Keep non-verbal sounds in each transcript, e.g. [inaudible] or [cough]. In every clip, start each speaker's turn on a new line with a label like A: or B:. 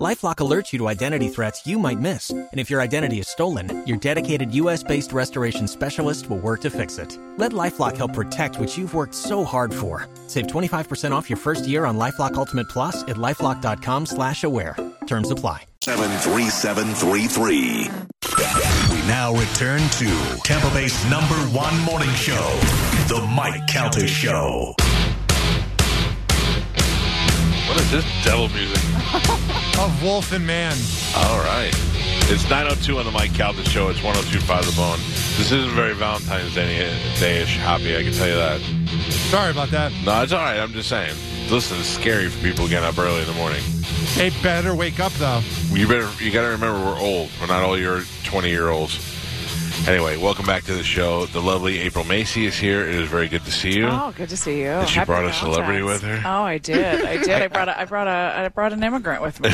A: LifeLock alerts you to identity threats you might miss, and if your identity is stolen, your dedicated U.S.-based restoration specialist will work to fix it. Let LifeLock help protect what you've worked so hard for. Save 25% off your first year on LifeLock Ultimate Plus at lifeLock.com/slash-aware. Terms apply.
B: 73733.
C: We now return to Tampa Bay's number one morning show, The Mike Calter Show.
D: What is this devil music?
E: Of Wolf and Man.
D: All right. It's 902 on the Mike Calvin Show. It's 1025 The Bone. This isn't very Valentine's Day- Day-ish happy, I can tell you that.
E: Sorry about that.
D: No, it's all right. I'm just saying. Listen, it's scary for people getting up early in the morning.
E: They better wake up though.
D: You better, you got to remember we're old. We're not all your 20-year-olds. Anyway, welcome back to the show. The lovely April Macy is here. It is very good to see you.
F: Oh, good to see you. And
D: she brought a celebrity with her?
F: Oh, I did.
D: [laughs]
F: I did. I brought a, I brought a I brought an immigrant with me.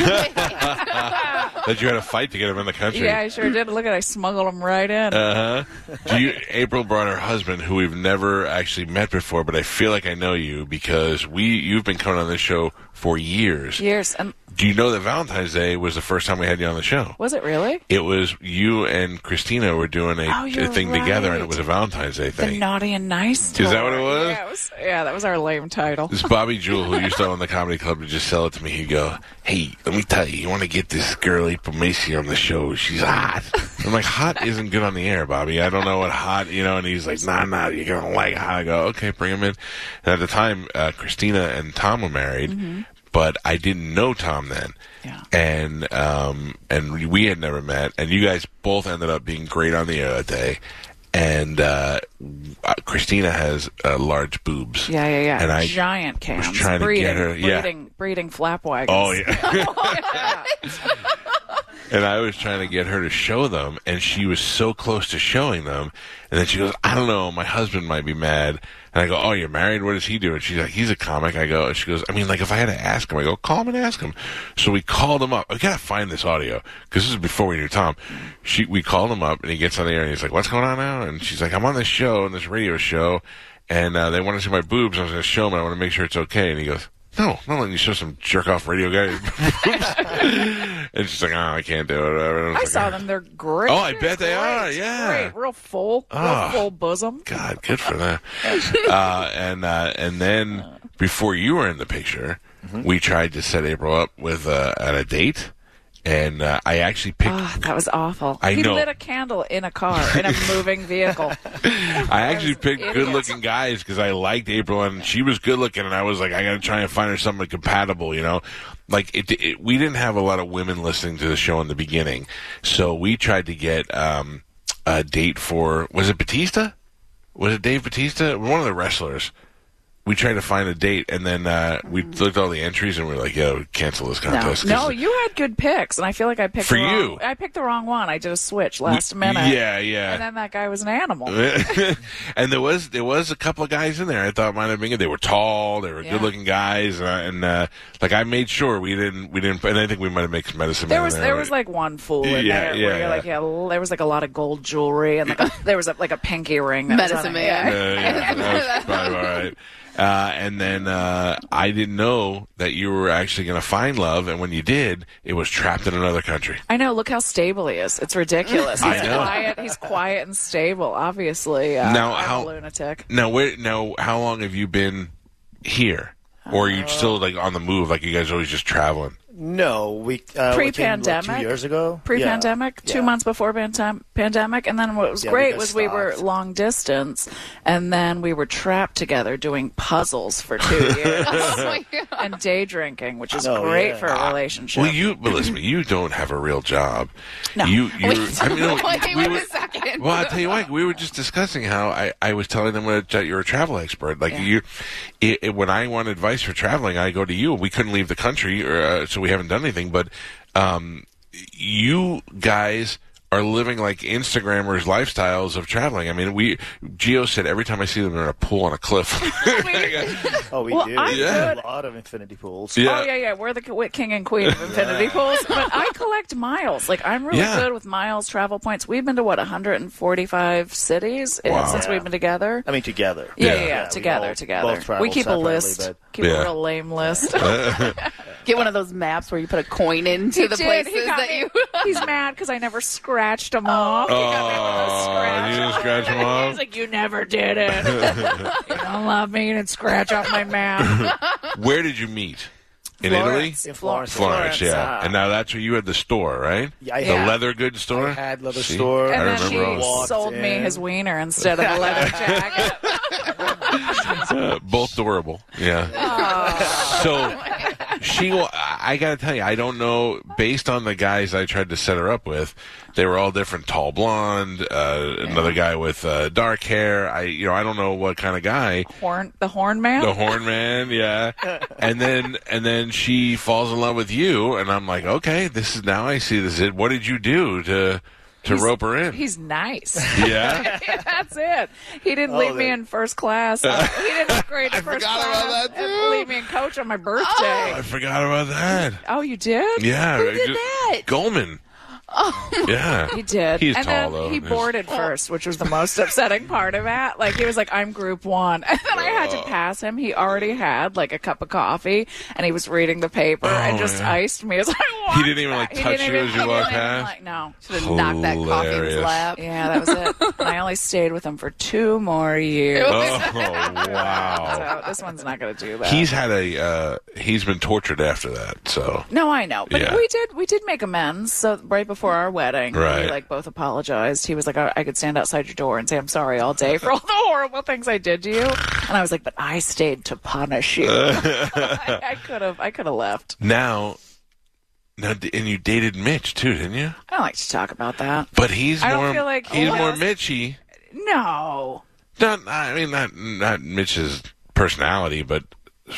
D: That you had a fight to get him in the country.
F: yeah, I sure did. Look at I smuggled him right in.
D: Uh huh. Do you, April brought her husband, who we've never actually met before, but I feel like I know you because we you've been coming on this show for years.
F: Years and
D: Do you know that Valentine's Day was the first time we had you on the show?
F: was it really
D: It was you and Christina were doing a,
F: Oh, you're
D: a thing together, and it
F: right.
D: was a Valentine's Day
F: the
D: thing.
F: naughty and nice?
D: that
F: tour.
D: what it was?
F: Yeah, was- yeah, that was our lame title.
D: This Bobby Jewel, who used to own the comedy club, would just sell it to me. He'd go, "Hey, let me tell you, you want to get this girl April Macy on the show? She's hot." I'm like, "Hot isn't good on the air, Bobby. I don't know what hot, you know." And he's like, "Nah, nah, you're gonna like hot." I go, "Okay, bring him in." And at the time, uh, Christina and Tom were married, but I didn't know Tom then.
F: Mm-hmm. Yeah.
D: And um, and we- we had never met, and you guys both ended up being great on the air that day. And uh, uh, Christina has uh, large boobs.
F: Yeah, yeah, yeah.
D: And I
F: Giant cams.
D: trying to
F: breeding,
D: get her- yeah.
F: breeding, breeding flap wagons.
D: Oh yeah. [laughs] and I was trying to get her to show them, and she was so close to showing them, and then she goes, "I don't know, my husband might be mad." And I go, "Oh, you're married? What does he do?" And she's like, "He's a comic." I go, and she goes, "I mean, like if I had to ask him, I go, call him and ask him." So we called him up. We gotta find this audio because this is before we knew Tom. She, we called him up, and he gets on the air, and he's like, "What's going on now?" And she's like, "I'm on this show, on this radio show." And uh, they want to see my boobs. I was going to show them. I want to make sure it's okay. And he goes, no, not letting you show some jerk off radio guy. and she's like, oh, I can't do it. whatever. And
F: I
D: was
F: saw
D: like,
F: them. They're great.
D: Oh, I
F: They're
D: bet they
F: great.
D: are, yeah.
F: Great. Real full.
D: Ah.
F: Real full bosom.
D: God, good for that. uh, and uh, and then before you were in the picture, we tried to set April up with uh, at a date, and uh, I actually picked.
F: Oh, that was awful.
D: I
F: he
D: know.
F: lit a candle in a car
D: [laughs]
F: in a moving vehicle.
D: I actually
F: was
D: picked
F: idiots.
D: good-looking guys because I liked April and she was good-looking, and I was like, I gotta try and find her something compatible, you know. Like it, it, we didn't have a lot of women listening to the show in the beginning, so we tried to get um, a date for was it Batista? Was it Dave Batista? One of the wrestlers. We tried to find a date, and then uh, we looked at all the entries, and we were like, "Yo, cancel this
F: No,
D: contest." 'cause
F: no, you had good picks, and I feel like I picked
D: For
F: the wrong,
D: you.
F: I picked the wrong one. I did a switch
D: we-
F: last minute.
D: Yeah, yeah.
F: and then that guy was an animal.
D: [laughs] and there was there was a couple of guys in there I thought might have been good. They were tall, they were
F: Yeah.
D: good looking guys, and, I- and uh, like I made sure we didn't we didn't. And I think we might have mixed medicine.
F: There
D: in
F: was
D: there,
F: there
D: right?
F: was like one fool in
D: Yeah,
F: there
D: yeah,
F: where you're like yeah l- there was like a lot of gold jewelry and like [laughs] a, there was a, like a pinky ring that was
G: Medicine
F: on it.
G: man.
D: Uh, yeah, that was
F: [laughs]
D: probably all right. Uh, and then uh, I didn't know that you were actually going to find love, and when you did, it was trapped in another country.
F: I know. Look how stable he is. It's
D: [laughs]
F: ridiculous.
D: I
F: He's
D: know.
F: quiet. He's quiet and stable. Obviously, uh,
D: Now,
F: I'm
D: how-
F: a lunatic.
D: Now, where now? How long have you been here, or are
F: Uh,
D: you still like on the move? Like you guys are always just traveling?
H: No, we uh, we came, what,
F: Pre-pandemic?
H: two years ago.
F: Pre-pandemic,
H: Yeah.
F: two
H: Yeah.
F: months before pandem- pandemic, and then what was
H: Yeah, we
F: great
H: got
F: was we were
H: stopped.
F: long distance, and then we were trapped together doing puzzles for
D: [laughs]
F: two years and day drinking, which is
H: Oh,
F: great
H: yeah.
F: for a relationship.
D: Well, you but listen, to me, you don't have a real job.
G: [laughs]
F: No.
D: You, you.
G: Wait,
D: I mean, no,
G: wait,
D: we
G: wait
D: were-
G: a second.
D: Well, I tell you what, we were just discussing how I, I was telling them what- that you're a travel expert. Like
F: Yeah.
D: you, it, it- when I want advice for traveling, I go to you. We couldn't leave the country, or, uh, so we haven't done anything. But um, you guys are living like Instagrammers lifestyles of traveling. I mean, we Geo said every time I see them, they're in a pool on
G: [laughs]
D: a cliff. [laughs]
H: Oh, we
F: Well,
H: do.
F: I'm
H: We do
F: good-
H: A lot of infinity pools.
D: yeah.
F: Oh yeah, yeah. We're the k- king and queen of infinity pools, but I collect miles. Like I'm really
D: Yeah.
F: good with miles, travel points. We've been to what 145 cities uh,
D: Wow.
F: since
H: Yeah.
F: we've been together.
H: I mean, together.
F: Yeah, yeah,
D: Yeah.
F: yeah,
H: we
F: together,
H: all- both
F: together.
H: travel
F: We keep a
H: separately,
F: list.
H: but-
F: Keep
D: Yeah.
F: a real lame list.
B: Get one of those maps where you put a coin into the places
F: He got
B: that
F: me-
B: you.
F: [laughs] He's mad because I never scratched
H: Oh.
F: him off. He got me with a
D: Oh,
F: scratch.
D: you didn't scratch him off?
F: He's like, you never did it.
D: [laughs]
F: you don't love me. You didn't scratch off my map.
D: Where did you meet? In
F: Florence.
D: [laughs] Italy?
H: In Florence.
D: Florence, yeah.
F: uh,
D: and now that's where you had the store, right?
H: Yeah, I
D: the
H: had-
D: leather goods store?
H: I had leather
D: See?
H: store.
D: I
F: and then
D: remember
F: he
D: all that.
H: walked
F: sold me
H: in.
F: his wiener instead of a leather jacket.
D: Uh, both durable. Yeah. So she will. I I gotta tell you, I don't know. Based on the guys I tried to set her up with, they were all different. Tall blonde, uh, another guy with uh, dark hair. I, you know, I don't know what kind of guy.
F: Horn, the horn man.
D: [laughs] The horn man, yeah. And then and then she falls in love with you, and I'm like, okay, this is now I see this. What did you do to to
F: He's-
D: rope her in?
F: He's nice. [laughs]
D: yeah.
F: That's it. He didn't leave me
H: that-
F: in
D: [laughs]
F: first class. Uh, he didn't grade first
D: forgot
F: class.
D: about that,
F: and
D: too.
F: Leave me in coach on my birthday.
D: I
F: Oh,
D: forgot about that.
F: you did? Oh.
D: Yeah,
B: Who
D: I
B: did that?
D: Goldman. yeah,
F: He did.
D: He's
F: and
D: tall
F: then
D: though.
F: he
D: He's-
F: boarded first, which was the most upsetting part of that. Like he was like, "I'm group one," [laughs] and then I had
D: Oh.
F: to pass him. He already had like a cup of coffee, and he was reading the paper and
D: Oh,
F: just
D: yeah.
F: iced me as I walked.
D: didn't even, like,
F: by. He
D: touch
F: didn't
D: you
F: even-
D: as you
F: he
D: walked
F: didn't even,
D: past?
F: Like, no.
B: [laughs] Should have knocked that coffee in his
D: Hilarious.
B: lap.
F: Yeah, that was it. And I only stayed with him for two more years.
D: [laughs] Oh wow.
F: So this one's not going to do that.
D: He's had a uh, he's been tortured after that. So
F: No, I know, but
D: Yeah.
F: we did we did make amends. So right before our wedding,
D: Right.
F: we like both apologized. He was like, "Oh, I, "I could stand outside your door and say I'm sorry all day for all the horrible things I did to you," and I was like, "But I stayed to punish
D: [laughs]
F: you. [laughs] I, I could have I could have left.
D: now, now, d- and you dated Mitch too, didn't you?
F: I don't like to talk about that.
D: But he's
F: I don't
D: more
F: feel like
D: he's
F: he
D: more
F: has-
D: Mitchy.
F: No,
D: Not I mean not not Mitch's personality, but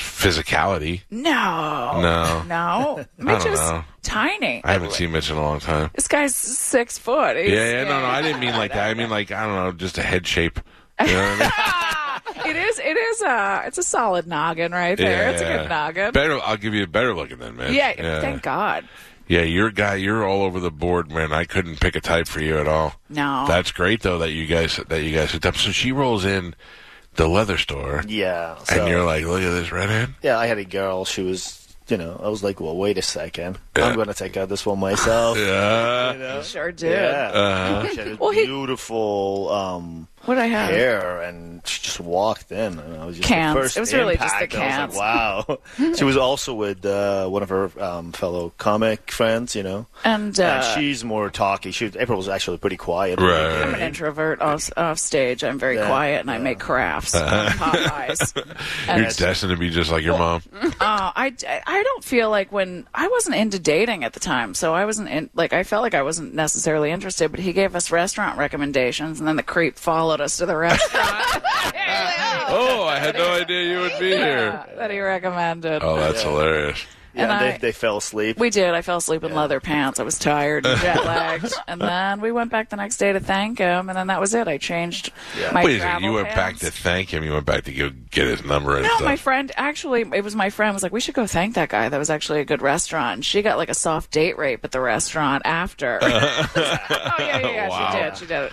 D: physicality.
F: no,
D: No, [laughs]
F: no. Mitch is
D: know.
F: tiny.
D: I haven't seen Mitch in a long time.
F: This guy's six foot. He's-
D: Yeah, yeah, no, no, I didn't mean like that. I mean like I don't know, just a head shape. You know what I mean? [laughs]
F: It is. It is a. It's a solid noggin right there. it's a good noggin.
D: Better, I'll give you a better looking than man.
F: yeah, Thank God.
D: Yeah, you're a guy. You're all over the board, man. I couldn't pick a type for you at all.
F: No.
D: That's great though that you guys that you guys hooked up. So she rolls in the leather store,
H: Yeah. So,
D: and you're like, look at this [laughs] redhead.
H: yeah, I had a girl. She was, you know, I was like, well, wait a second.
D: Yeah.
H: I'm going to take out this one
D: [laughs]
H: myself.
D: Uh,
H: You know?
F: Sure did.
H: Yeah.
D: Uh-huh.
H: She had this
F: Well, he-
H: beautiful um,
F: What did I have?
H: hair, and she just walked in. And I was just the
F: Cans.
H: first
F: It was really just the
H: impact, I was
F: [laughs]
H: like, wow. she was also with uh, one of her um, fellow comic friends, you know.
F: And, uh,
H: and she's more talky. She was, April was actually pretty quiet.
D: Right.
F: I'm an introvert off, off stage. I'm very
H: Yeah,
F: quiet and I make crafts.
D: Uh-huh. [laughs]
F: and Popeyes.
D: you're
F: And,
D: destined to be just like your mom.
F: uh, I, I don't feel like when I wasn't into dating at the time, so I wasn't in, like I felt like I wasn't necessarily interested. But he gave us restaurant recommendations, and then the creep followed us to
D: [laughs]
F: the
D: [laughs]
F: restaurant
D: oh, I had no idea you would be here.
F: that he recommended.
D: Oh, that's hilarious.
H: Yeah,
F: And
H: and
F: I-
H: they, they fell asleep.
F: We did. I fell asleep in leather pants. I was
D: [laughs]
F: tired and jet lagged. and then we went back the next day to thank him, and then that was it. I changed my
D: Wait a second.
F: travel
D: You went back
F: pants.
D: to thank him. You went back to go get his number and
F: No,
D: stuff.
F: my friend actually, it was my friend was like, we should go thank that guy. That was actually a good restaurant. And she got like a soft date rape at the restaurant
D: [laughs]
F: after. [laughs] oh yeah, yeah, yeah.
D: Wow.
F: She did. She did. it.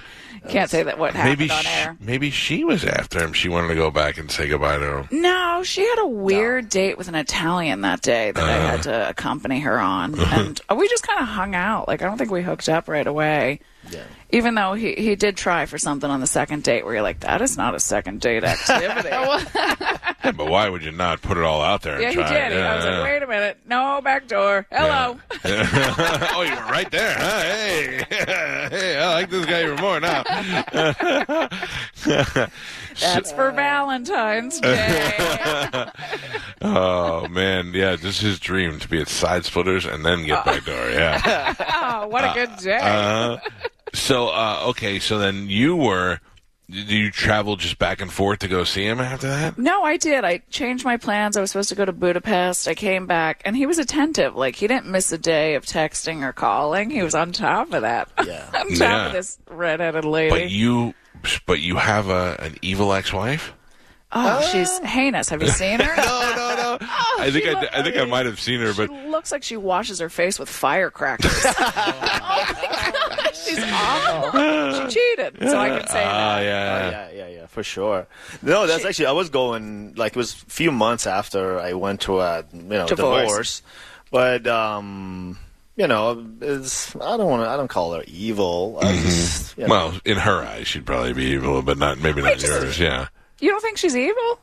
F: Can't say that what happened
D: maybe
F: on
D: she,
F: air.
D: maybe she was after him. She wanted to go back and say goodbye to him.
F: No, she had a weird date with an Italian that day that I
D: Uh.
F: had to accompany
D: [laughs]
F: her on, and we just kind of hung out. Like I don't think we hooked up right away. Yeah. Even though he he did try for something on the second date, where you're like, that is not a second
D: [laughs]
F: date activity.
D: Yeah, but why would you not put it all out there?
F: yeah,
D: and
F: he
D: try?
F: did. I was like, wait a minute, no back door. Hello.
D: Yeah. [laughs] oh, you were right there. Huh? Hey, [laughs] hey, I like this guy even more now.
F: That's
D: [laughs]
F: for Valentine's Day.
D: Oh man, yeah, this is his dream to be at Side Splitters and then get back door.
F: [laughs]
D: Yeah.
F: oh, what a good day.
D: Uh, so uh, okay, so then you were Do you travel just back and forth to go see him after that?
F: No, I did. I changed my plans. I was supposed to go to Budapest. I came back, and he was attentive. Like he didn't miss a day of texting or calling. He was on top of that.
H: Yeah.
F: [laughs] on top
D: Yeah.
F: of this redheaded lady.
D: But you, but you have a an evil ex-wife.
F: oh,
H: Ah.
F: she's heinous. Have you seen
H: [laughs]
F: her?
D: no, no. I think
F: Oh, she
D: I,
F: looked-
D: I think I might have seen her,
F: She
D: but
F: looks like she washes her face with firecrackers. [laughs] oh my god, she's
H: [laughs]
F: awful. She cheated, so I can say
D: ah, yeah,
F: that.
D: yeah.
H: Uh, yeah, yeah, yeah, for sure. No, that's actually I was going like it was a few months after I went to a you know
F: Divorce.
H: divorce, but um, you know it's I don't want to I don't call her evil. I just, you know.
D: Mm-hmm. Well, in her eyes, she'd probably be evil, but not maybe not
F: just-
D: yours. Yeah.
F: You don't think she's evil?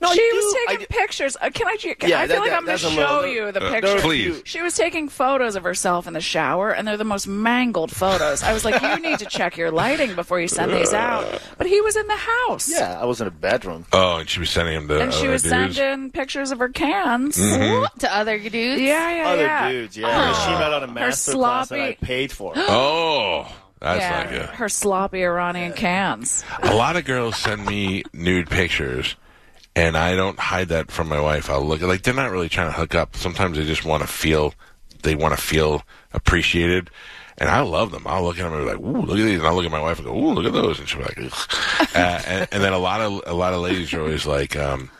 H: No,
F: she
H: I
F: was
H: do- I
F: taking
H: do-
F: pictures. Uh, can I? Can,
H: Yeah,
F: I feel
H: that-
F: like
H: that-
F: I'm going
H: that's
F: to
H: a little-
F: show you the
D: Uh,
F: pictures.
D: please.
F: She was taking photos of herself in the shower, and they're the most mangled photos. I was like, you need to check your lighting before you send these out. But he was in the house.
H: yeah, I was in a bedroom.
D: Oh, and she was sending him to
F: And she
D: other
F: was
D: dudes? Mm.
F: sending pictures of her cans.
D: Mm-hmm.
B: What? To other dudes?
F: Yeah, yeah,
H: Other
F: yeah.
H: dudes, yeah. She
D: Ah.
H: met on a master class that I
F: sloppy- [gasps]
H: paid for.
D: Oh, that's
F: yeah,
D: not good.
F: her sloppy Iranian cans.
D: A lot of girls send me nude pictures, and I don't hide that from my wife. I'll look at like they're not really trying to hook up. Sometimes they just want to feel they want to feel appreciated. And I love them. I'll look at them and be like, "Ooh, look at these!" And I'll look at my wife and go, "Ooh, look at those!" And she'll be like, Ugh. [laughs] uh, and, and then a lot of a lot of ladies are always like, um,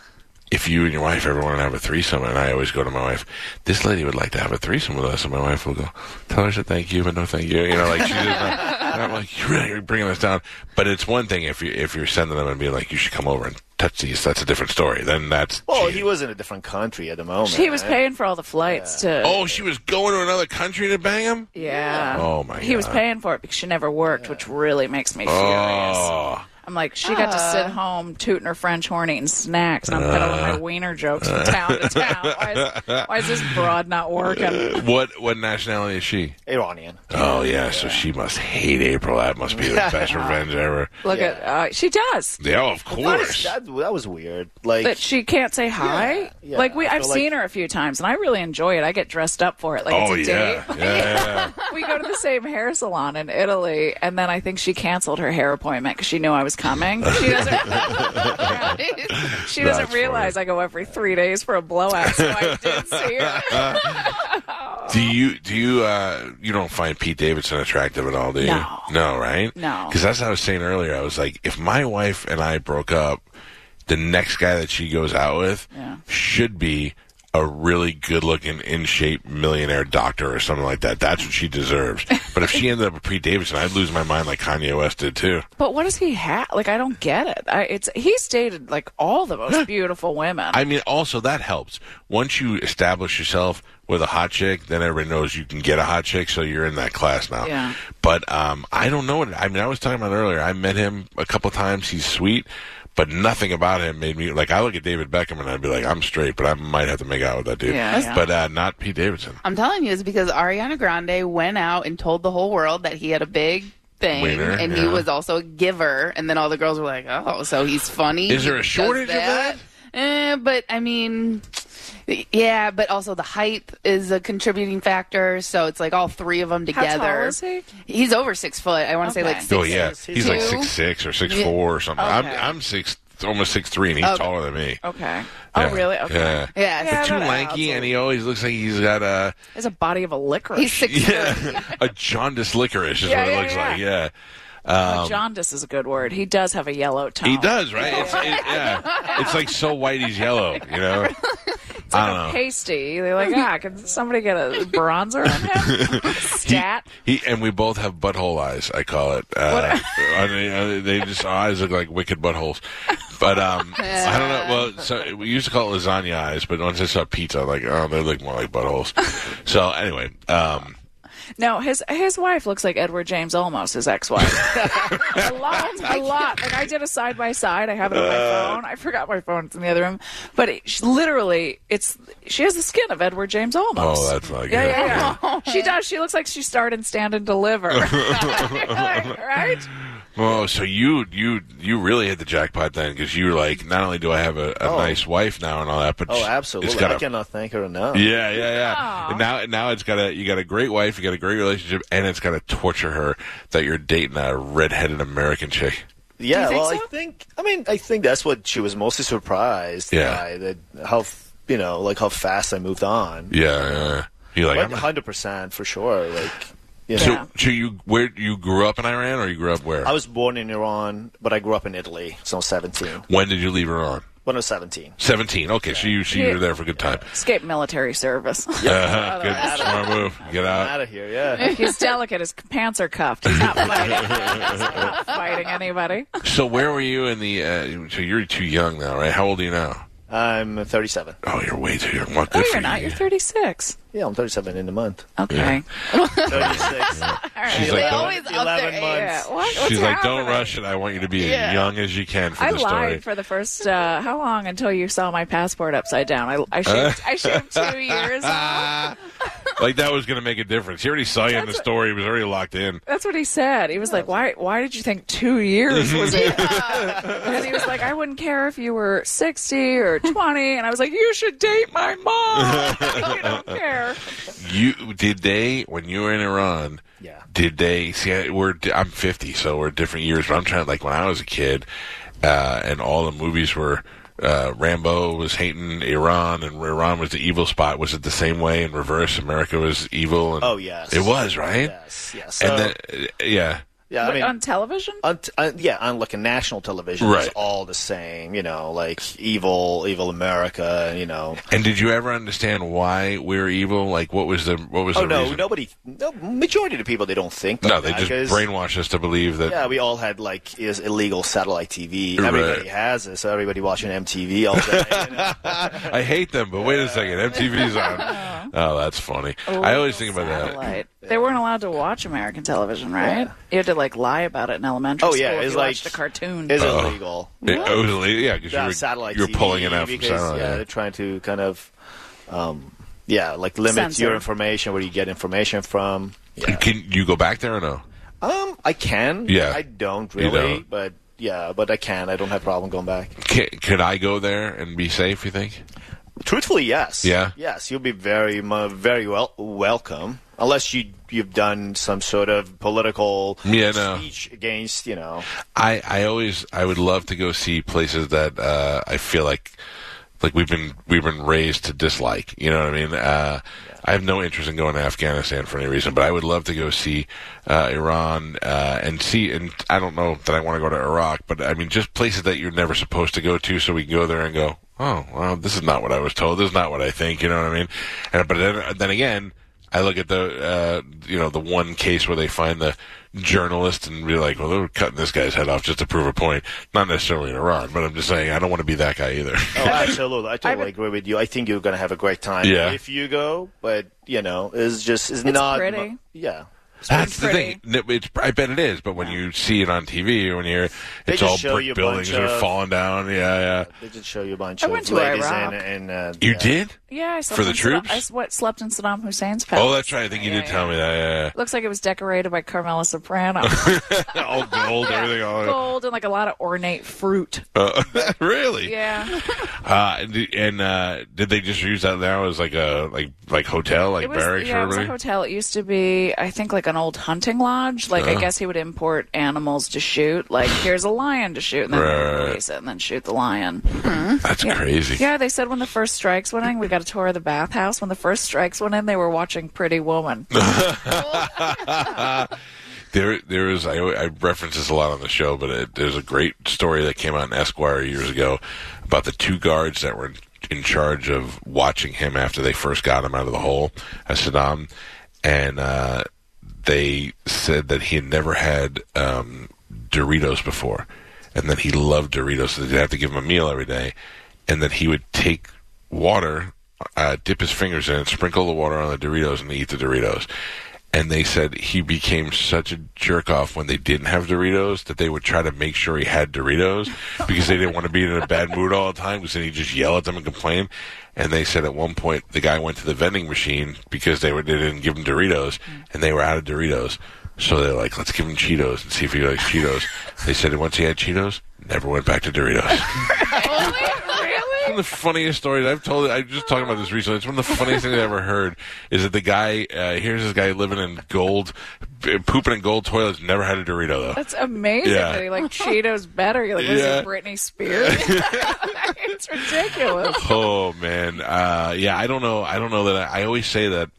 D: "If you and your wife ever want to have a threesome," and I always go to my wife, "This lady would like to have a threesome with us," and my wife will go, "Tell her to thank you, but no thank you." You know, like she's just [laughs] not, and I'm like, "You're really bringing this down." But it's one thing if you if you're sending them and being like, "You should come over and touch these." That's a different story. Then that's
H: Well,
D: cheating.
H: Oh, he was in a different country at the moment.
F: He was
H: right?
F: paying for all the flights to.
D: Oh, she was going to another country to bang him.
F: yeah.
D: Oh, my
F: He was
D: God.
F: paying for it because she never worked, which really makes me furious.
D: Oh.
F: I'm like, she got to
H: Ah.
F: sit home tooting her French horn, eating snacks, and I'm peddling
D: Ah.
F: my wiener jokes from town to town. Why is, why is this broad not working?
D: What what nationality is she?
H: Iranian.
D: Oh yeah, so she must hate April. That must be the [laughs] best revenge ever.
F: Look at uh, she does.
D: Yeah, of
H: That was,
D: course.
H: that, that was weird. Like
F: That she can't say hi.
H: yeah.
F: Like we,
H: I
F: I've
H: feel like-
F: seen her a few times, and I really enjoy it. I get dressed up for it. Like
D: Oh
F: it's a date.
D: yeah, yeah. yeah.
F: [laughs] we go to the same hair salon in Italy, and then I think she canceled her hair appointment because she knew I was coming. She doesn't.
D: [laughs]
F: she
D: That's
F: doesn't realize I go every three days for a blowout, so I did see her.
D: Do you do you uh you don't find Pete Davidson attractive at all, do you?
F: No.
D: No, right?
F: No.
D: Because that's what I was saying earlier. I was like, if my wife and I broke up, the next guy that she goes out with should be a really good looking, in shape millionaire doctor or something like that. That's what she
F: [laughs]
D: deserves. but if she ended up with Pete Davidson, I'd lose my mind like Kanye West did too.
F: But what does he have? Like I don't get it. I, it's he's dated like all the most beautiful women.
D: I mean, also that helps. Once you establish yourself with a hot chick, then everybody knows you can get a hot chick, so you're in that class now.
F: Yeah.
D: But um, I don't know what. I mean, I was talking about earlier. I met him a couple times. He's sweet, but nothing about him made me like. I look at David Beckham and I'd be like, I'm straight, but I might have to make out with that dude.
F: Yeah, yeah.
D: But uh, not Pete Davidson.
B: I'm telling you, it's because Ariana Grande went out and told the whole world that he had a big thing,
D: Wiener,
B: and
D: yeah.
B: he was also a giver. And then all the girls were like, "Oh, so he's funny."
D: Is
B: he
D: there a
B: does
D: shortage of
B: Eh, but I mean, yeah. But also the height is a contributing factor. So it's like all three of them
F: How
B: together.
F: tall is he?
B: He's over six foot. I want to
F: Okay.
B: say like six.
D: oh yeah,
H: six,
D: he's,
H: he's
D: like
B: two.
D: six six or six
B: Yeah.
D: four or something.
F: Okay.
D: I'm I'm six almost six three, and he's taller than me.
F: Okay. Oh
D: Yeah.
F: really? Okay.
D: Yeah.
F: Yeah,
B: Yeah,
D: But too
F: that adds
D: lanky,
F: a-
D: and he always looks like he's got a.
F: There's a body of a licorice.
B: he's
D: [laughs]
B: six.
D: Yeah, a jaundice licorice is
F: Yeah,
D: what it
F: yeah,
D: looks
F: yeah.
D: like. Yeah,
F: jaundice is a good word. He does have a yellow tone.
D: Um, he does, right? It's, it,
F: [laughs]
D: yeah, it's like so white he's yellow. You know, I don't know.
F: pasty. They're like, ah, can somebody get a bronzer on
D: [laughs]
F: him? Stat.
D: He and we both have butthole eyes. I call it. Uh, I mean, uh, they just our eyes look like wicked buttholes. But um, I don't know. Well, so we used to call it lasagna eyes, but once I saw pizza, I'm like, oh, they look more like buttholes. so anyway, um,
F: No, his his wife looks like Edward James Olmos,
D: [laughs]
F: his ex-wife. a lot, a lot. Like I did a side by side. I have it on my
D: Uh.
F: phone. I forgot my phone. It's in the other room. But it, she, literally, it's she has the skin of Edward James Olmos.
D: oh, that's not good.
F: yeah, yeah, yeah. [laughs] she does. She looks like she starred in Stand
D: [laughs]
F: and Deliver. Like, right?
D: Oh, so you you you really hit the jackpot then, because you were like, not only do I have a, a nice wife now and all that, but
H: oh,
D: it's-
H: absolutely.
D: it's got
H: I
D: a-
H: cannot thank her enough.
D: yeah, yeah, yeah. And now now it's got a you got a great wife, you got a great relationship, and it's got to torture her that you're dating a redheaded American chick.
H: Yeah,
F: think
H: well,
F: so?
H: I think I mean I think that's what she was mostly surprised
D: Yeah.
H: by that how f- you know like how fast I moved on.
D: Yeah, yeah. You like?
H: Like
D: I'm a-
H: hundred percent for sure. Like you know,
F: Yeah.
D: So, so you where you grew up in Iran, or you grew up where?
H: I was born in Iran, but I grew up in Italy. So I was seventeen.
D: when did you leave Iran?
H: When I was seventeen,
D: Seventeen. Okay, so you so you were there for a good time.
F: Escape military service.
D: [laughs] Uh-huh, good smart move. Get out.
H: out of here.
D: [laughs]
H: Yeah.
F: He's delicate. His pants are cuffed. He's not fighting. He's not fighting anybody.
D: So where were you in the? Uh, so you're too young now, right? How old are you now?
H: I'm 37.
D: Oh, you're way too young. Well,
F: No,
D: good for
F: you're not. You're
D: you.
F: 36.
H: Yeah, I'm 37 in
D: [laughs]
H: the month.
F: Okay.
H: 36.
F: All right.
D: She's
F: Well,
D: like,
B: They
D: don't-
B: always up their
H: 11 months.
B: age.
F: yeah. What- what's
D: She's like, don't
F: happening?
D: rush it. I want you to be as
B: Yeah.
D: young as you can for
F: I
D: the
F: lied
D: story.
F: for the first uh, how long until you saw my passport upside down? I,
D: [laughs]
F: I shaved. I shaved two years. off.
D: [laughs] like that was going to make a difference. He already saw you in the story. He was already locked in.
F: That's what he said. He was like, "Why? Why did you think two years
D: [laughs]
F: was enough?" and he was like, "I wouldn't care if you were sixty or 20. And I was like, "You should date my mom. [laughs] you don't care."
D: You did they when you were in Iran?
H: Yeah.
D: Did they see? I- We're di- I'm 50, so we're different years. But I'm trying like when I was a kid, uh, and all the movies were. Uh, Rambo was hating Iran, and Iran was the evil spot. Was it the same way in reverse? America was evil. And
H: Oh, yes.
D: it was right.
H: Yes, yes.
D: And
H: So,
D: then, uh, yeah,
H: yeah, I
F: But um,
H: mean,
F: on television,
H: on t- on- yeah, on like a national television,
D: Right.
H: it's all the same, you know, like evil, evil America, you know.
D: And did you ever understand why we are evil? Like, what was the what was
H: Oh
D: the
H: no,
D: reason?
H: nobody, no majority of the people they don't think. Like
D: no, they
H: that,
D: just
H: 'cause-
D: brainwashed us to believe that.
H: Yeah, we all had like is illegal satellite TV.
D: Right.
H: Everybody has it, so everybody watching MTV all day. you know?
D: I hate them, but wait a second, MTV's
H: [laughs]
D: on. oh, that's funny. I always think about that.
F: satellite. They weren't allowed to watch American television, right? You had to like lie about it in elementary
H: Oh
F: school.
H: yeah,
F: if
H: it's
F: you
H: like
F: watched a
D: [laughs]
F: cartoon.
H: It's illegal.
D: It, it was, ille- yeah, because
H: Yeah,
D: you were,
H: satellite.
D: you were
H: TV
D: Oh. pulling it out from
H: because,
D: satellite.
H: Yeah,
D: yeah.
H: they're trying to kind of, um, yeah, like limit
F: Censor.
H: your information where you get information from. Yeah.
D: Can you go back there or no?
H: Um, I can.
D: Yeah.
H: I don't
D: You
H: really,
D: don't.
H: but yeah, but I can. I don't have a problem going back.
D: Can, could I go there and be safe? You think?
H: Truthfully, yes.
D: Yeah.
H: Yes, you'll be very, mu- very well welcome. Unless you you've done some sort of political
D: Yeah, no.
H: speech against,
D: [laughs]
H: you know.
D: I, I always I would love to go see places that uh, I feel like like we've been we've been raised to dislike. You know what I mean? Uh, I have no interest in going to Afghanistan for any reason, but I would love to go see uh, Iran uh, and see. And I don't know that I want to go to Iraq, but I mean just places that you're never supposed to go to, so we can go there and go. Oh, well, this is not what I was told. This is not what I think. You know what I mean? And but then then again. I look at the uh, you know the one case where they find the journalist and be like, well, they were cutting this guy's head off just to prove a point. Not necessarily in Iran, but I'm just saying I don't want to be that guy either. [laughs]
H: Oh, absolutely. I totally
F: been-
H: agree with you. I think you're going to have a great time
D: Yeah.
H: if you go, but, you know, it's just, it's, not.
F: pretty.
H: Yeah.
D: That's the
F: pretty.
D: thing. No, It's, I bet it is, but when you see it on TV, when you're, it's
H: just
D: all
H: show you
D: brick
H: a
D: buildings
H: bunch
D: that are
H: of-
D: falling down. Yeah, yeah.
H: They did show you a bunch
F: I
H: of
F: went to
H: ladies
F: Iraq.
H: and, and uh,
D: You
H: yeah.
D: did?
F: yeah, I slept
D: For the
F: in Saddam-
D: troops?
F: I s- what, slept in Saddam Hussein's palace.
D: Oh, that's right. I think you did
F: yeah,
D: tell me that. Yeah,
F: Looks like it was decorated by Carmela Soprano.
D: [laughs] yeah. all gold, [laughs] everything. All
F: Gold and like a lot of
D: [laughs]
F: ornate fruit.
D: uh, really?
F: Yeah.
D: Uh, and d- and uh, did they just use that now as like a like like hotel, like
F: It was,
D: barracks
F: yeah,
D: or
F: it was a
D: everything?
F: hotel. It used to be, I think, like an old hunting lodge. Like, I guess he would import animals to shoot. Like, here's a lion to shoot, and then
D: Right.
F: release it, and then shoot the lion.
D: That's crazy.
F: Yeah, they said when the first strikes went in, we got a tour of the bathhouse. When the first strikes went in, they were watching Pretty Woman.
D: [laughs] There, there is. I, I reference this a lot on the show, but it, there's a great story that came out in Esquire years ago about the two guards that were in, in charge of watching him after they first got him out of the hole as Saddam, and uh, they said that he had never had um, Doritos before, and that he loved Doritos, so they'd have to give him a meal every day, and that he would take water, uh, dip his fingers in it, sprinkle the water on the Doritos, and eat the Doritos. And they said he became such a jerk off when they didn't have Doritos that they would try to make sure he had Doritos because they didn't want to be in a bad mood all the time because then he'd just yell at them and complain. And they said at one point the guy went to the vending machine because they, were, they didn't give him Doritos and they were out of Doritos. So they're like, let's give him Cheetos and see if he likes Cheetos. They said once he had Cheetos, never went back to Doritos.
F: really?
D: one of the funniest stories I've told. I was just talking about this recently. It's one of the funniest things I ever heard. Is that the guy? Uh, here's this guy living in gold, b- pooping in gold toilets. Never had a Dorito though.
F: That's amazing
D: Yeah.
F: that he like Cheetos better. You're like, this
D: Yeah.
F: is Britney Spears. [laughs] it's ridiculous.
D: Oh man, uh, yeah. I don't know. I don't know that. I, I always say that.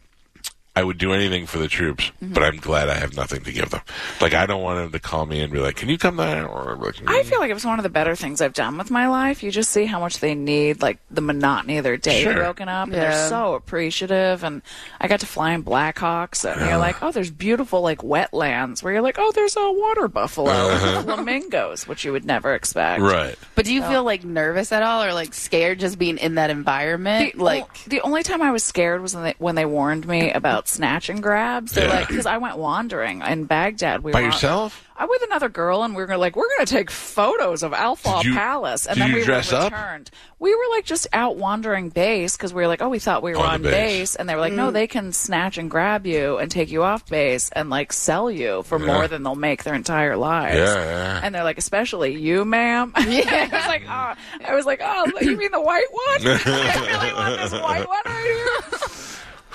D: I would do anything for the troops,
F: Mm-hmm.
D: but I'm glad I have nothing to give them. Like I don't want them to call me and be like, "Can you come there?" Or like,
F: I feel like it was one of the better things I've done with my life. You just see how much they need, like the monotony of their day
D: Sure.
F: broken up, and they're
B: Yeah.
F: so appreciative. And I got to fly in Blackhawks, and you're like, oh, there's beautiful like wetlands where you're like, oh, there's a water buffalo, and [laughs] flamingos, which you would never expect.
D: right.
B: But do you feel like nervous at all, or like scared just being in that environment?
F: The,
B: like,
F: o- the only time I was scared was when they, when they warned me about snatch and grabs. They're
D: Yeah.
F: like, because I went wandering in Baghdad. We
D: By
F: were-
D: yourself?
F: I with another girl, and we were gonna, like, we're going to take photos of Al Faw
D: Did you-
F: Palace, and
D: did
F: then
D: you
F: we
D: dress
F: were
D: up?
F: returned. We were like just out wandering base because we were like, oh, we thought we were
D: On
F: on,
D: the base.
F: base. and they were like, no, they can snatch and grab you and take you off base and like sell you for more than they'll make their entire lives.
D: Yeah, yeah.
F: And they're like, especially you, ma'am. [laughs] I was like, oh, I was like, oh, you mean the
D: [laughs]
F: white one? [laughs] I really want this white one right here.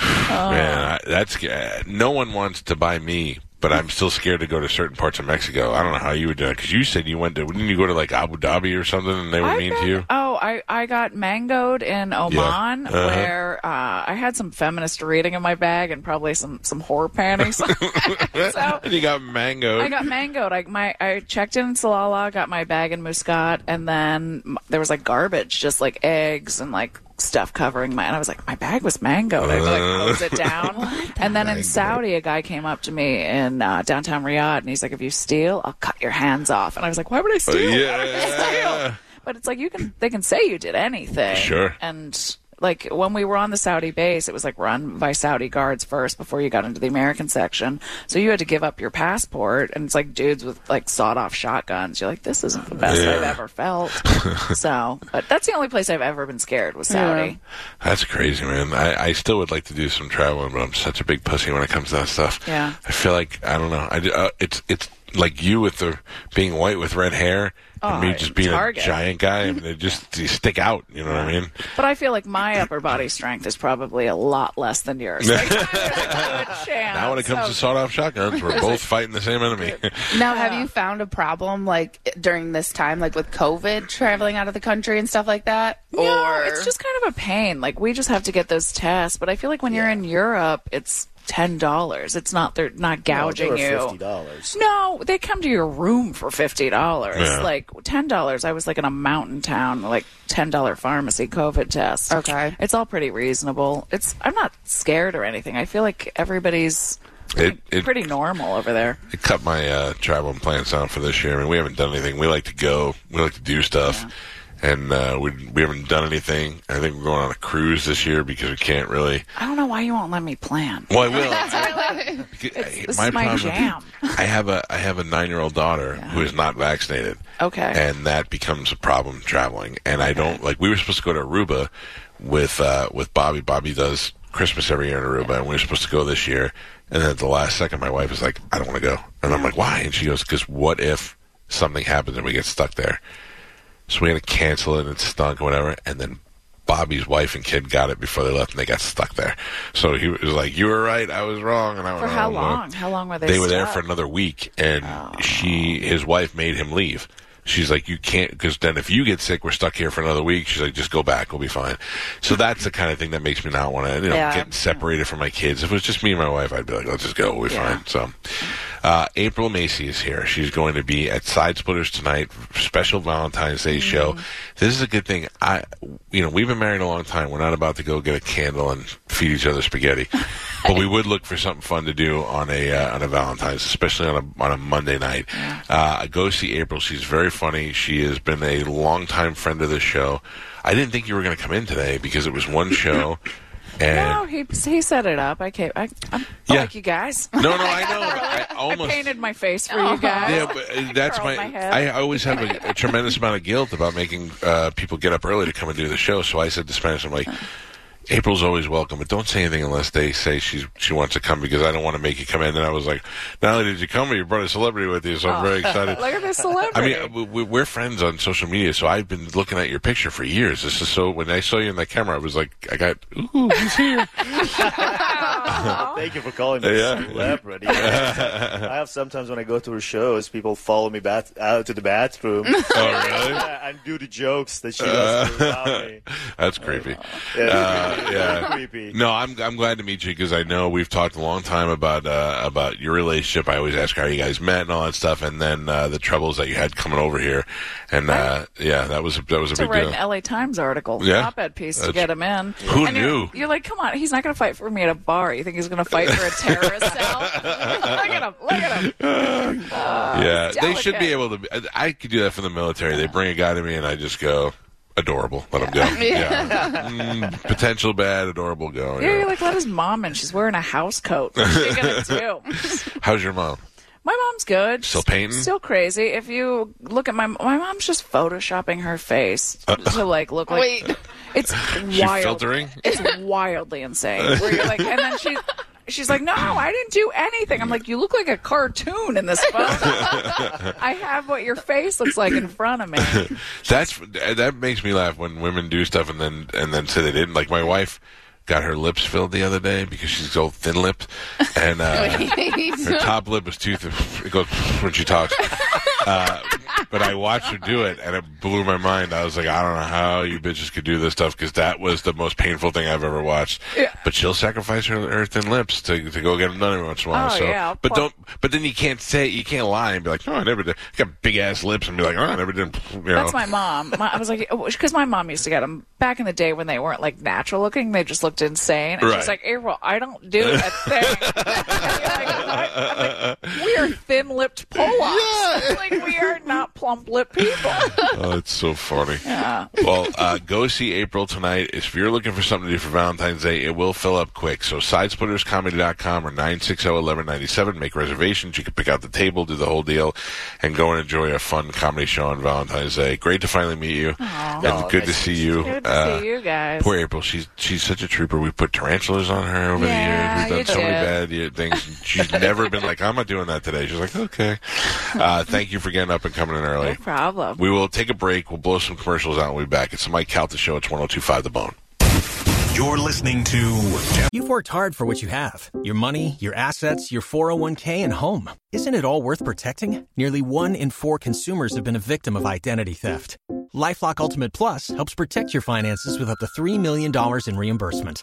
D: Man, I, that's uh, no one wants to buy me, but I'm still scared to go to certain parts of Mexico. I don't know how you were doing because you said you went to didn't you go to like Abu Dhabi or something and they were
F: I
D: mean
F: got-
D: to you?
F: Oh, I, I got mangoed in Oman
D: Uh-huh.
F: where uh, I had some feminist reading in my bag and probably some, some horror panties. [laughs] so
D: [laughs] And you got mango.
F: I got mangoed. I, my, I checked in in Salalah, got my bag in Muscat, and then m- there was like garbage, just like eggs and like stuff covering my and I was like, my bag was mangoed. I like closed it down. and then in Saudi a guy came up to me in uh, downtown Riyadh and he's like, If you steal, I'll cut your hands off and I was like, Why would I steal? Why would I
D: yeah.
F: steal? But it's like you can they can say you did anything.
D: Sure.
F: And like when we were on the Saudi base, it was like run by Saudi guards first before you got into the American section. So you had to give up your passport and it's like dudes with like sawed off shotguns. You're like, This isn't the best I've ever felt. [laughs] so but that's the only place I've ever been scared was Saudi.
D: That's crazy, man. I, I still would like to do some traveling, but I'm such a big pussy when it comes to that stuff.
F: Yeah.
D: I feel like I don't know. I d- uh, it's it's like you with the being white with red hair and
F: Oh,
D: me just being
F: target.
D: a giant guy. I mean, they just you stick out. You know what I mean?
F: But I feel like my upper body strength is probably a lot less than
D: [laughs]
F: yours. Like, I have a chance.
D: Now when it comes
F: So
D: to sawed-off shotguns,
F: [laughs]
D: we're both fighting the same enemy.
B: now have you found a problem like during this time, like with COVID, traveling out of the country and stuff like that?
F: No,
B: or
F: it's just kind of a pain. Like we just have to get those tests. But I feel like when you're in Europe, it's ten dollars. It's not they're not gouging
H: They were
F: you.
H: $50.
F: No, they come to your room for fifty dollars.
D: Yeah.
F: Like ten dollars. I was like in a mountain town, like ten dollar pharmacy COVID test.
B: Okay.
F: it's all pretty reasonable. It's I'm not scared or anything. I feel like everybody's
D: [laughs] It, it
F: pretty normal over there.
D: It cut my uh, traveling plans down for this year. I mean, we haven't done anything. We like to go. We like to do stuff, and uh, we we haven't done anything. I think we're going on a cruise this year because we can't really.
F: I don't know why you won't let me plan.
D: Well, I
F: [laughs]
D: will. Because I-
F: this is my jam.
D: I have a I have a nine year old daughter who is not vaccinated.
F: Okay.
D: and that becomes a problem traveling. And I don't like. We were supposed to go to Aruba with uh, with Bobby. Bobby does Christmas every year in Aruba, and we were supposed to go this year. And then at the last second, my wife is like, "I don't want to go," and I'm like, "Why?" And she goes, "Because what if something happens and we get stuck there?" So we had to cancel it and it stunk or whatever. And then Bobby's wife and kid got it before they left and they got stuck there. So he was like, You were right. I was wrong. And I
F: For
D: went,
F: how
D: "Oh, well."
F: long? How long were they?
D: They were there
F: stuck? Oh.
D: for another week and she, his wife made him leave. She's like, you can't, because then if you get sick, we're stuck here for another week. She's like, just go back, we'll be fine. So that's the kind of thing that makes me not want to, you know,
B: Yeah.
D: get separated from my kids. If it was just me and my wife, I'd be like, let's just go, we'll be fine. So, uh, April Macy is here. She's going to be at Side Splitters tonight, special Valentine's Day show. This is a good thing. I, you know, we've been married a long time. We're not about to go get a candle and feed each other spaghetti, but we would look for something fun to do on a uh, on a Valentine's, especially on a on a Monday night. Uh, go see April. She's very funny. She has been a longtime friend of the show. I didn't think you were going to come in today because it was one show. And
F: No, he he set it up. I came. I, I'm
D: Yeah.
F: like you guys. [laughs]
D: No, no, I know. but I almost.
F: I painted my face for you guys.
D: yeah, but uh,
F: [laughs]
D: that's my.
F: curled my hair.
D: I always have a, a tremendous amount of guilt about making uh, people get up early to come and do the show. So I said to Spanish, I'm like, April's always welcome, but don't say anything unless they say she's she wants to come because I don't want to make you come in. And I was like, not only did you come, but you brought a celebrity with you, so I'm
F: Oh, [laughs]
D: very excited.
F: Look at this
D: I
F: celebrity.
D: mean, uh, we- we- we're friends on social media, so I've been looking at your picture for years. This is so. When I saw you in that camera, I was like, I
F: [laughs]
D: got, "Oh, ooh, he's here.
H: Thank you for calling me
D: Yeah. [laughs]
H: celebrity. I have sometimes when I go to her shows, people follow me bath- out to the bathroom
F: [laughs]
D: oh, really?
H: Yeah, [laughs] and do the jokes that she
D: Uh,
H: does to about me.
D: [laughs] That's creepy.
H: [laughs] Yeah,
D: Uh, yeah.
H: creepy.
D: No, I'm I'm glad to meet you because I know we've talked a long time about uh, about your relationship. I always ask how you guys met and all that stuff, and then uh, the troubles that you had coming over here, and uh, yeah, that was that was a
F: to
D: big
F: write
D: deal.
F: an LA Times article,
D: Yeah.
F: op-ed piece to
D: That's-
F: get him in.
D: Who
F: And you're-
D: knew?
F: You're, like, come on, he's not going to fight for me at a bar. You think he's going to fight for a terrorist
D: [laughs]
F: cell? look at him! Look at him!
D: yeah, they should be
F: uh, delicate.
D: able to. Be, I- I could do that for the military. They bring a guy to me, and I just go. Adorable, let him
F: [laughs]
D: go. Yeah, Mm, potential bad, adorable go.
F: Yeah,
D: yeah.
F: you're like, let his mom in. She's wearing a house coat. What's she
D: [laughs]
F: going to do?
D: How's your mom?
F: My mom's good.
D: Still painting?
F: Still crazy. If you look at my my mom's just photoshopping her face to like look like [laughs]
B: [laughs] Wait.
F: it's
D: Uh. She
F: wild.
D: filtering?
F: It's wildly insane. Where you're like, and then she she's like, no, I didn't do anything. I'm like, you look like a cartoon in this photo. I have what your face looks like in front of me.
D: That's that makes me laugh when women do stuff and then and then say they didn't. Like my wife got her lips filled the other day because she's all thin lipped, and
F: [laughs]
D: uh, her top lip is too thin. It goes when she talks. Uh, but I watched her do it, and it blew my mind. I was like, I don't know how you bitches could do this stuff because that was the most painful thing I've ever watched. But she'll sacrifice her, her thin lips to, to go get them done every once in a while.
F: Oh,
D: so,
F: yeah, I'll
D: but
F: pour-
D: don't but then you can't say you can't lie and be like, no, I never did. I got big ass lips and be like, oh, I never did. You know.
F: That's my mom. My, I was like, because my mom used to get them back in the day when they weren't like natural looking; they just looked insane. And
D: Right.
F: she's like, April, I don't do a thing. [laughs] I'm like, we are thin-lipped pull-ups. Like we are not plump-lipped people.
D: [laughs] oh, it's so funny. Well, uh, go see April tonight. If you're looking for something to do for Valentine's Day, it will fill up quick. So sidesplitterscomedy.com or 960-1197. Make reservations. You can pick out the table, do the whole deal, and go and enjoy a fun comedy show on Valentine's Day. Great to finally meet you. And
H: Aw,
D: good Oh, to
H: nice
D: see you.
F: Good to
D: Uh,
F: see you guys.
D: Poor April. She's she's such a trooper. We put tarantulas on her over
F: Yeah,
D: the years. We've
F: you
D: done so many
F: did.
D: bad year
F: [laughs]
D: things. She's never been like, I'm not doing that today. She's like, okay. Uh, thank you for getting up and coming in early.
F: No problem.
D: We will take a break. We'll blow some commercials out. and We'll be back. It's the Mike Calta Show. It's 1025 The Bone.
C: You're listening to
A: You've worked hard for what you have your money, your assets, your 401k, and home. Isn't it all worth protecting? Nearly one in four consumers have been a victim of identity theft. Lifelock Ultimate Plus helps protect your finances with up to $3 million in reimbursement.